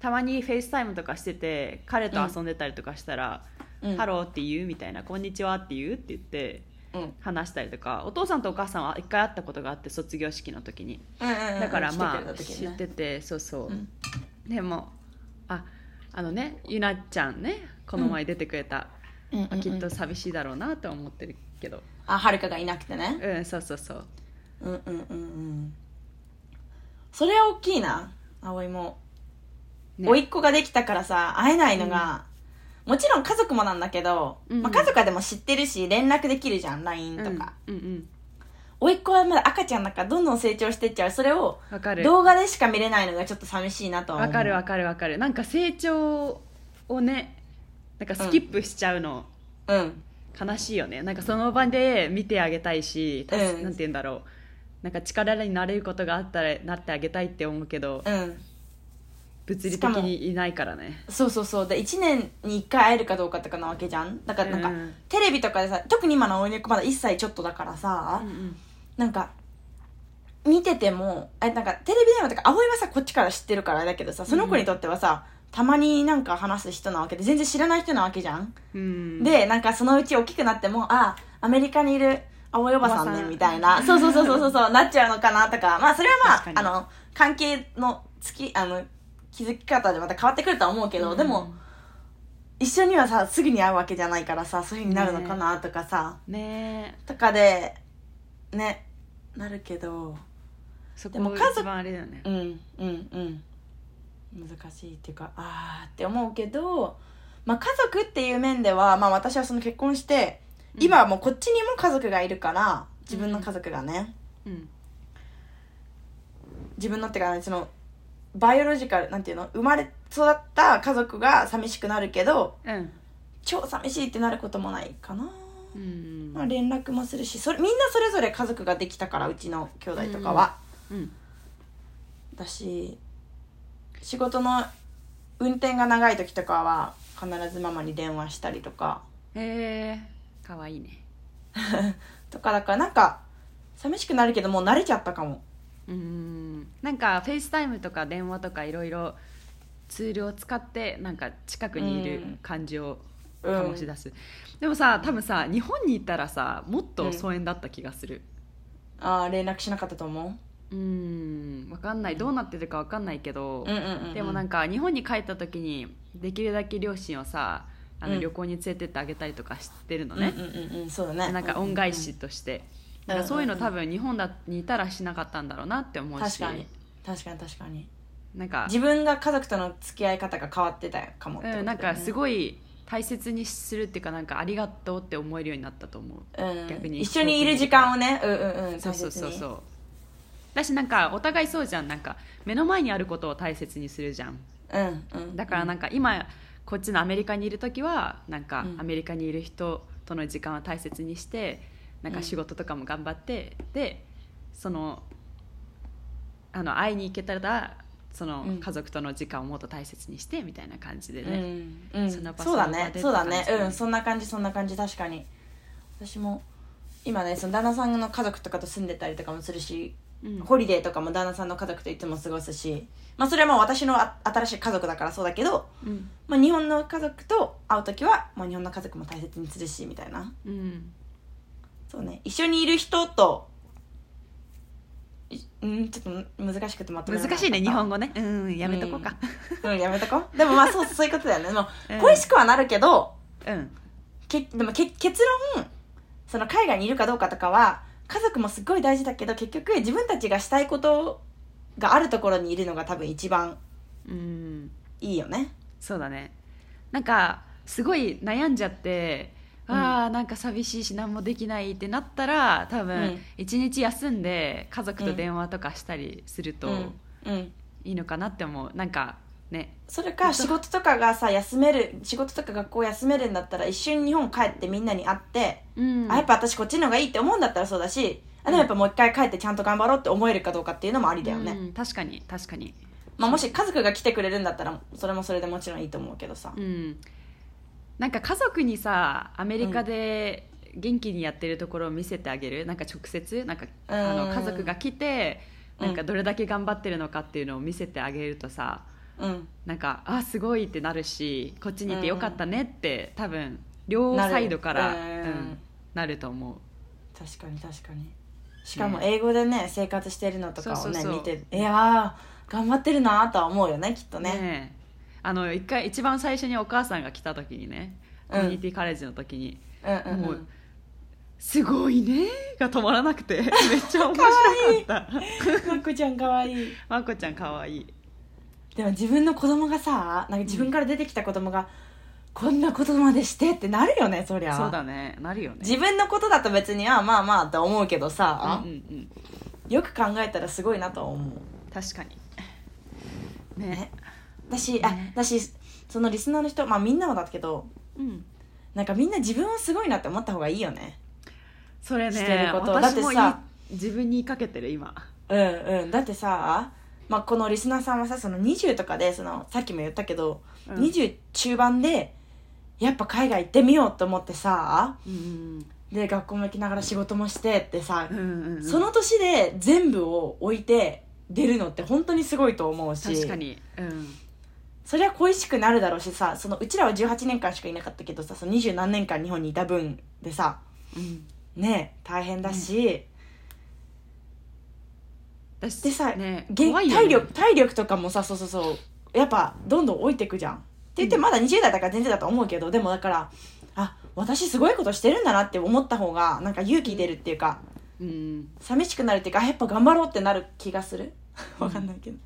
Speaker 2: たまにフェイスタイムとかしてて彼と遊んでたりとかしたら「ハロー」って言うみたいな「こんにちは」って言うって言って
Speaker 1: うん、うん
Speaker 2: 話したりとかお父さんとお母さんは一回会ったことがあって卒業式の時にだ
Speaker 1: だ
Speaker 2: からまあ知っててそうそう、
Speaker 1: うん
Speaker 2: でもああのねゆなちゃんねこの前出てくれた、まあきっと寂しいだろうなとは思ってるけど
Speaker 1: あはるかがいなくてね
Speaker 2: うんそうそうそう
Speaker 1: うんうんうんうんそれは大きいな葵も
Speaker 2: ね
Speaker 1: 甥、っ子ができたからさ会えないのが、もちろん家族もなんだけど、
Speaker 2: うんうん
Speaker 1: まあ、家族はでも知ってるし連絡できるじゃん LINE とか、
Speaker 2: うんうん
Speaker 1: 甥っ子はまだ赤ちゃんだからどんどん成長してっちゃうそれを
Speaker 2: わかる
Speaker 1: 動画でしか見れないのがちょっと寂しいなとは思
Speaker 2: わ
Speaker 1: う
Speaker 2: かるわかるわかるなんか成長をねなんかスキップしちゃうの、
Speaker 1: うん
Speaker 2: 悲しいよねなんかその場で見てあげたいし、た
Speaker 1: うん
Speaker 2: なんて言うんだろうなんか力になれることがあったらなってあげたいって思うけど
Speaker 1: うん
Speaker 2: 物理
Speaker 1: し
Speaker 2: 的
Speaker 1: かも
Speaker 2: にいないからね
Speaker 1: そうそうそうで1年に1回会えるかどうかとかなわけじゃんだからなんか、
Speaker 2: うん
Speaker 1: テレビとかでさ特に今の葵の子まだ1歳ちょっとだからさ、
Speaker 2: うんうん
Speaker 1: なんか見ててもえなんかテレビ電話とか葵はさこっちから知ってるからあれだけどさその子にとってはさ、たまになんか話す人なわけで全然知らない人なわけじゃん、
Speaker 2: うん、
Speaker 1: でなんかそのうち大きくなってもあアメリカにいる葵おばさん
Speaker 2: おば
Speaker 1: ね
Speaker 2: さん
Speaker 1: みたいなそうそうそうそうそ うそうなっちゃうのかなとかまあそれは
Speaker 2: 確
Speaker 1: ま
Speaker 2: か
Speaker 1: ああ
Speaker 2: に
Speaker 1: の関係のつきあの気づき方でまた変わってくるとは思うけど、でも一緒にはさすぐに会うわけじゃないからさそういうふうになるのかなとかさ、
Speaker 2: ねえ
Speaker 1: とかでねなるけど
Speaker 2: そこ
Speaker 1: でも家族
Speaker 2: 一番あれだよね
Speaker 1: うんうんうん難しいっていうかあーって思うけど、まあ、家族っていう面では、まあ、私はその結婚して今はもうこっちにも家族がいるから自分の家族がね、
Speaker 2: うん
Speaker 1: 自分のってかそのバイオロジカルなんていうの生まれ育った家族が寂しくなるけど
Speaker 2: うん
Speaker 1: 超寂しいってなることもないかな、
Speaker 2: うん
Speaker 1: まあ、連絡もするしそれみんなそれぞれ家族ができたからうちの兄弟とかは。
Speaker 2: うん
Speaker 1: だし仕事の運転が長い時とかは必ずママに電話したりとか
Speaker 2: へえかわいいね
Speaker 1: とかだからなんか寂しくなるけどもう慣れちゃったかも
Speaker 2: うんなんかフェイスタイムとか電話とかいろいろツールを使ってなんか近くにいる
Speaker 1: うん
Speaker 2: 感じを
Speaker 1: うん
Speaker 2: 醸し出す、でもさ多分さ日本にいたらさもっと疎遠だった気がする
Speaker 1: あー連絡しなかったと思
Speaker 2: うんわかんないどうなってるかわかんないけど、
Speaker 1: ううんうんうん、うん、
Speaker 2: でもなん
Speaker 1: か
Speaker 2: か日本に帰った時にできるだけ両親をさあ
Speaker 1: う
Speaker 2: の
Speaker 1: ん
Speaker 2: 旅行に連れてってあげたりとかしてるの
Speaker 1: ね
Speaker 2: ね、
Speaker 1: うんうんうんうんそうだね
Speaker 2: なんか恩返しとして、だからそういうの
Speaker 1: うんうんう
Speaker 2: 多
Speaker 1: ん
Speaker 2: 分日本だにいたらしなかったんだろうなって思う
Speaker 1: 確
Speaker 2: し
Speaker 1: かに確かに確かに
Speaker 2: なんか
Speaker 1: 自分が家族との付き合い方が変わってたかもってことだ
Speaker 2: う
Speaker 1: よ
Speaker 2: ん、
Speaker 1: ね
Speaker 2: なんかすごい大切にするっていうかなんかありがとうって思えるようになったと思う
Speaker 1: うん
Speaker 2: 逆に
Speaker 1: 一緒にいる時間をねうんうんうん
Speaker 2: そうそうそう
Speaker 1: う
Speaker 2: そうだしなんかお互いそうじゃんなんか目の前にあることを大切にするじゃん
Speaker 1: うんうん
Speaker 2: だからなんか今こっちのアメリカにいる時はなんか
Speaker 1: うん
Speaker 2: アメリカにいる人との時間を大切にしてなんか仕事とかも頑張ってでそのあの会いに行けたらその
Speaker 1: うん
Speaker 2: 家族との時間をもっと大切にしてみたいな感じで
Speaker 1: う
Speaker 2: ね、
Speaker 1: んうん
Speaker 2: その場
Speaker 1: そうだ
Speaker 2: その場
Speaker 1: ね
Speaker 2: で
Speaker 1: そうだ
Speaker 2: っ
Speaker 1: ね
Speaker 2: て感じ
Speaker 1: うんそんな感じそんな感じ確かに私も今ねその旦那さんの家族とかと住んでたりとかもするし
Speaker 2: うん
Speaker 1: ホリデーとかも旦那さんの家族といつも過ごすしまあそれはもう私のあ新しい家族だからそうだけど
Speaker 2: うん
Speaker 1: まあ日本の家族と会う時はまあ日本の家族も大切にするしみたいな
Speaker 2: うん
Speaker 1: そうね一緒にいる人というんちょっと難しくてまとめられ
Speaker 2: 難
Speaker 1: なかった
Speaker 2: しいね日本語ねうんやめとこうか
Speaker 1: うんやめとこうでもまあそうそういうことだよねでも
Speaker 2: うん
Speaker 1: 恋しくはなるけど、
Speaker 2: うん
Speaker 1: けでもけ結論その海外にいるかどうかとかは家族もすごい大事だけど結局自分たちがしたいことがあるところにいるのが多分一番
Speaker 2: うん
Speaker 1: いいよね
Speaker 2: そうだねなんかすごい悩んじゃって、
Speaker 1: うん
Speaker 2: ああなんか寂しいし何もできないってなったら多
Speaker 1: うん
Speaker 2: 分一日休んで家族と電話とかしたりすると
Speaker 1: うん、うん、
Speaker 2: いいのかなって思うなんかね
Speaker 1: それか仕事とかがさ休める仕事とか学校休めるんだったら一瞬日本帰ってみんなに会って、
Speaker 2: うん
Speaker 1: あやっぱ私こっちの方がいいって思うんだったらそうだしあでもやっぱもう一回帰ってちゃんと頑張ろうって思えるかどうかっていうのもありだよね、
Speaker 2: うん確かに確かに
Speaker 1: まあ、もし家族が来てくれるんだったらそれもそれでもちろんいいと思うけどさ
Speaker 2: うんなんか家族にさアメリカで元気にやってるところを見せてあげるなんか直接なんかあの
Speaker 1: うん
Speaker 2: 家族が来てなんか
Speaker 1: うん
Speaker 2: どれだけ頑張ってるのかっていうのを見せてあげるとさ、
Speaker 1: うん
Speaker 2: なんかあすごいってなるしこっちにいてよかったねって、多分両サイドから
Speaker 1: な
Speaker 2: う
Speaker 1: るうん
Speaker 2: んなると思う
Speaker 1: 確かに確かにしかも英語でね生活してるのとかを
Speaker 2: そう
Speaker 1: ね
Speaker 2: そうそう
Speaker 1: 見ていやー頑張ってるなとは思うよねきっとね
Speaker 2: ねえあの一回一番最初にお母さんが来た時にね
Speaker 1: う
Speaker 2: コ
Speaker 1: ん
Speaker 2: ミュニティカレッジの時に
Speaker 1: うんうん
Speaker 2: も
Speaker 1: う
Speaker 2: うん「すごいね」が止まらなく てめっちゃ面白かった
Speaker 1: まこちゃんかわいい
Speaker 2: まこちゃんかわいい
Speaker 1: でも自分の子供がさなんか自分から出てきた子供が、こんなことまでしてってなるよねそりゃ
Speaker 2: そうだねなるよね
Speaker 1: 自分のことだと別にあまあまあとは思うけどさ
Speaker 2: うん、うんうん
Speaker 1: よく考えたらすごいなとは思う
Speaker 2: 確かに
Speaker 1: ね
Speaker 2: ね
Speaker 1: だし、あ
Speaker 2: ね
Speaker 1: だしそのリスナーの人まあみんなもだけど
Speaker 2: うん
Speaker 1: なんかみんな自分はすごいなって思った方がいいよね
Speaker 2: それ
Speaker 1: して
Speaker 2: ね
Speaker 1: ること
Speaker 2: 私もい
Speaker 1: だってさ
Speaker 2: 自分に言いかけてる今
Speaker 1: うんうんだってさ、まあ、このリスナーさんはさその20とかでそのさっきも言ったけど、
Speaker 2: うん
Speaker 1: 20中盤でやっぱ海外行ってみようと思ってさ
Speaker 2: うん
Speaker 1: で学校も行きながら仕事もしてってさ
Speaker 2: うん、うんうん
Speaker 1: その年で全部を置いて出るのって本当にすごいと思うし
Speaker 2: 確かにうん
Speaker 1: そりゃ恋しくなるだろうしさそのうちらは18年間しかいなかったけどさその20何年間日本にいた分でさ
Speaker 2: うん
Speaker 1: ねえ大変だし、
Speaker 2: で
Speaker 1: でさ
Speaker 2: ね
Speaker 1: げ
Speaker 2: 怖いよね
Speaker 1: 体力体力とかもさそうそうそうやっぱどんどん置いてくじゃんって言って
Speaker 2: うん
Speaker 1: まだ20代だから全然だと思うけど、でもだからあ私すごいことしてるんだなって思った方がなんか勇気出るっていうか
Speaker 2: うん、
Speaker 1: 寂しくなるっていうかあやっぱ頑張ろうってなる気がする わかんないけど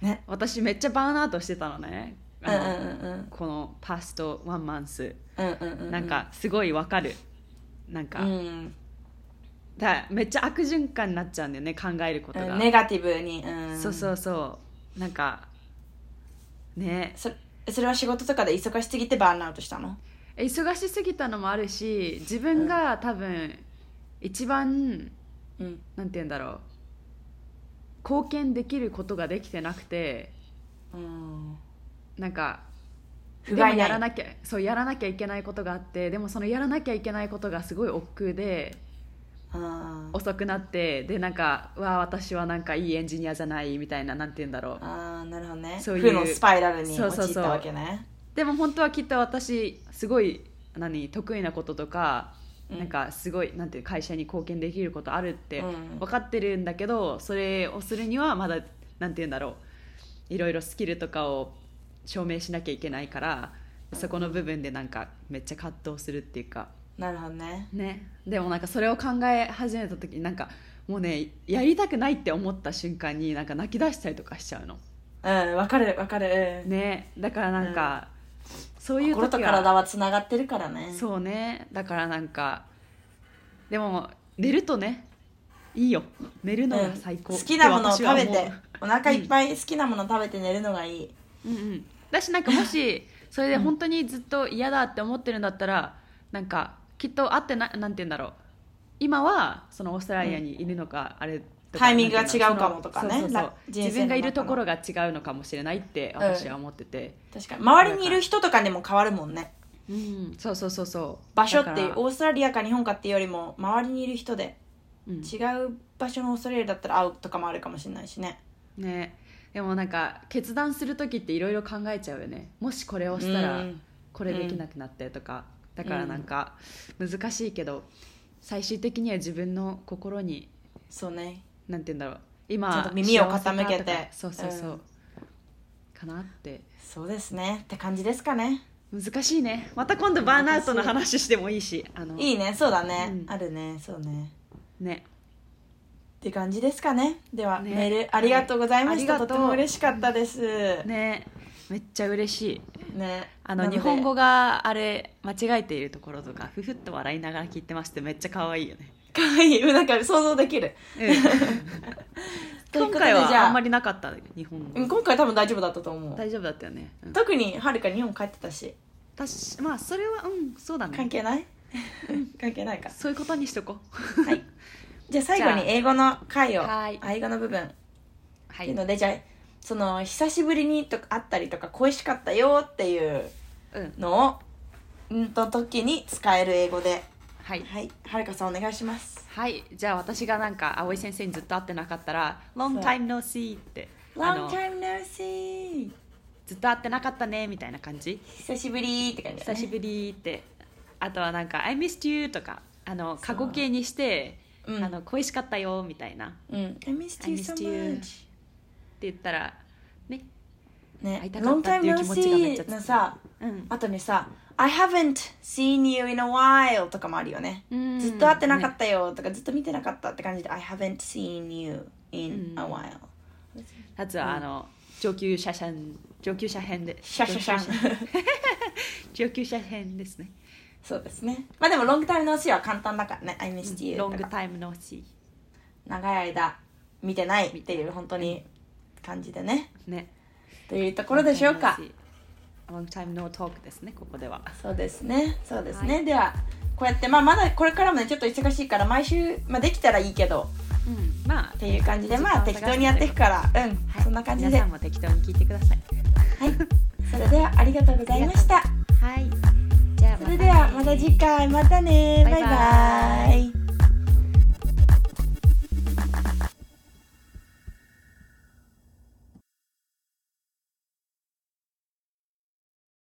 Speaker 1: ね
Speaker 2: 私めっちゃバーンアウトしてたのね
Speaker 1: うん
Speaker 2: あ
Speaker 1: う
Speaker 2: の
Speaker 1: んうん
Speaker 2: このパーストワンマンス
Speaker 1: うんうんうんうん
Speaker 2: なんかすごいわかるなんか、
Speaker 1: うん
Speaker 2: だめっちゃ悪循環になっちゃうんだよね考えることが、
Speaker 1: ネガティブに、うん、
Speaker 2: そうそうそうなんかね
Speaker 1: そそれは仕事とかで忙しすぎてバーンアウトしたの
Speaker 2: 忙しすぎたのもあるし自分が多分一番
Speaker 1: うん
Speaker 2: なんて言うんだろう貢献できることができてなくて
Speaker 1: うん
Speaker 2: なんか
Speaker 1: 不
Speaker 2: で
Speaker 1: 甲
Speaker 2: も
Speaker 1: 斐
Speaker 2: やら
Speaker 1: ない
Speaker 2: なきゃそうやらなきゃいけないことがあってでもそのやらなきゃいけないことがすごい億劫で
Speaker 1: あー
Speaker 2: 遅くなってでなんかうわあ私はなんかいいエンジニアじゃないみたいななんて言うんだろう
Speaker 1: あーなるほどね
Speaker 2: そういう
Speaker 1: 負のスパイラルに
Speaker 2: そうそう
Speaker 1: 陥っ
Speaker 2: そう
Speaker 1: たわけね
Speaker 2: でも本当はきっと私すごい何得意なこととか、
Speaker 1: うん
Speaker 2: なんかすごいなんていう会社に貢献できることあるって
Speaker 1: うん
Speaker 2: 分かってるんだけど、それをするにはまだなんて言うんだろういろいろスキルとかを証明しなきゃいけないからそこの部分でなんかめっちゃ葛藤するっていうか。
Speaker 1: なるほどね
Speaker 2: ね、でもなんかそれを考え始めた時になんかもうねやりたくないって思った瞬間になんか泣き出したりとかしちゃうの
Speaker 1: うんわかるわかる、うん
Speaker 2: ねだからなんか、そういう時は
Speaker 1: 心と体はつながってるからねう
Speaker 2: そうねだからなんかでも寝るとねいいよ寝るのが
Speaker 1: ん
Speaker 2: 最高、
Speaker 1: 好きなものを食べ
Speaker 2: って私
Speaker 1: て
Speaker 2: は思
Speaker 1: お腹いっぱい好きなもの食べて寝るのがいい、
Speaker 2: ううんうんだしなんかもしそれで本当にずっと嫌だって思ってるんだったらなんかきっと会ってななんて言うんだろう今はそのオーストラリアにいるのか、あれとか
Speaker 1: タイミングが違うかもとか
Speaker 2: なんて
Speaker 1: ね
Speaker 2: 言うんだろう
Speaker 1: ら
Speaker 2: そのそうそうそう
Speaker 1: 人
Speaker 2: 自
Speaker 1: 生の中の
Speaker 2: 分がいるところが違うのかもしれないって私は思ってて、
Speaker 1: 確かに周りにいる人とかでも変わるもんね
Speaker 2: うんそうそうそうそう
Speaker 1: 場所っ
Speaker 2: だ
Speaker 1: て
Speaker 2: か
Speaker 1: いう
Speaker 2: ら
Speaker 1: オーストラリアか日本かっていうよりも周りにいる人で
Speaker 2: うん
Speaker 1: 違う場所のオーストラリアだったら会うとかもあるかもしれないしね
Speaker 2: ねでもなんか決断する時っていろいろ考えちゃうよねもしこれをしたら
Speaker 1: うん
Speaker 2: これできなくなってとか、だからなんか難しいけど最終的には自分の心に
Speaker 1: そうね
Speaker 2: なんて言うんだろう
Speaker 1: ちょっ
Speaker 2: 今
Speaker 1: と耳を
Speaker 2: 幸せか
Speaker 1: 傾けて
Speaker 2: とかそうそうそう、
Speaker 1: うん
Speaker 2: かなって
Speaker 1: そうですねって感じですかね
Speaker 2: 難しいねまた今度バーンアウトの話してもいいしあの
Speaker 1: いいねそうだね、
Speaker 2: うん
Speaker 1: あるねそうね
Speaker 2: ね
Speaker 1: って感じですかねでは、
Speaker 2: ね
Speaker 1: メールありがとうございました、
Speaker 2: はいありがとう
Speaker 1: とても嬉しかったですね
Speaker 2: ねめっちゃ嬉しいあ
Speaker 1: な
Speaker 2: の
Speaker 1: で
Speaker 2: 日本語があれ間違えているところとかふふっと笑いながら聞いてますってめっちゃ可愛いよね、
Speaker 1: かわいいなんか想像できる とい
Speaker 2: 今
Speaker 1: うこと
Speaker 2: 回
Speaker 1: でじゃあ
Speaker 2: はあんまりなかった日本
Speaker 1: うん
Speaker 2: 語
Speaker 1: 今回多分大丈夫だったと思う
Speaker 2: 大丈夫だったよね、うん、
Speaker 1: 特にはるか日本帰ってたし
Speaker 2: 私まあそれはうんそうだ
Speaker 1: 関
Speaker 2: ね
Speaker 1: 係ない 関係ないか
Speaker 2: そういうことにしとこう
Speaker 1: はいじゃあ最後に英語の回を
Speaker 2: はい
Speaker 1: あ英語の部分
Speaker 2: は
Speaker 1: っていうのでじゃあその久しぶりにとか会ったりとか恋しかったよっていう
Speaker 2: うん
Speaker 1: のをんと時に使える英語で
Speaker 2: はい
Speaker 1: はいはるかさんお願いします
Speaker 2: はい、じゃあ私がなんか葵先生にずっと会ってなかったら「
Speaker 1: う
Speaker 2: Long time no see」ってあ
Speaker 1: Long
Speaker 2: の
Speaker 1: time no see
Speaker 2: ずっと会ってなかったねみたいな感じ
Speaker 1: 久しぶりって感じだ
Speaker 2: 久
Speaker 1: ね
Speaker 2: しぶりってあとはなんか「I missed you」とかあの過去形にして、
Speaker 1: うん
Speaker 2: あの恋しかったよみたいなっ
Speaker 1: うん I missed you
Speaker 2: I
Speaker 1: so
Speaker 2: missed you
Speaker 1: much
Speaker 2: て言ったらね
Speaker 1: ね
Speaker 2: 会いたか
Speaker 1: Long
Speaker 2: ったっ
Speaker 1: time
Speaker 2: ていう
Speaker 1: no
Speaker 2: 気持ちがめっちゃ
Speaker 1: see
Speaker 2: 伝わ
Speaker 1: の
Speaker 2: る
Speaker 1: さ
Speaker 2: うん
Speaker 1: あとにさ I haven't seen you in a while とかもあるよね
Speaker 2: うん
Speaker 1: ずっと会ってなかったよとかずっと見てなかったって感じで I haven't seen you in a while
Speaker 2: あとは、あの上級者編上級者編で
Speaker 1: シャシャシャ
Speaker 2: 上級者上級者編ですね
Speaker 1: そうですねまあでもロングタイムの C は簡単だからね I missed you
Speaker 2: ロン
Speaker 1: と
Speaker 2: グ
Speaker 1: か
Speaker 2: タイムの see
Speaker 1: 長い間見てないっていう本当に感じでね
Speaker 2: ね
Speaker 1: というところでしょうか
Speaker 2: Long time no talk ですねここでは
Speaker 1: そうですねそうですね、ではこうやって、まあ、まだこれからもねちょっと忙しいから毎週、まあ、できたらいいけど
Speaker 2: うんまあ
Speaker 1: っていう感じでまあ
Speaker 2: 時間を探して
Speaker 1: 適当にやっていくからうん、
Speaker 2: はい
Speaker 1: そんな感じで
Speaker 2: 皆さ
Speaker 1: は
Speaker 2: ん
Speaker 1: い
Speaker 2: も適当に聞いてください
Speaker 1: それではありがとうございました
Speaker 2: はいじゃあまたね
Speaker 1: それではまた次回またねバイバ
Speaker 2: バイバ
Speaker 1: イ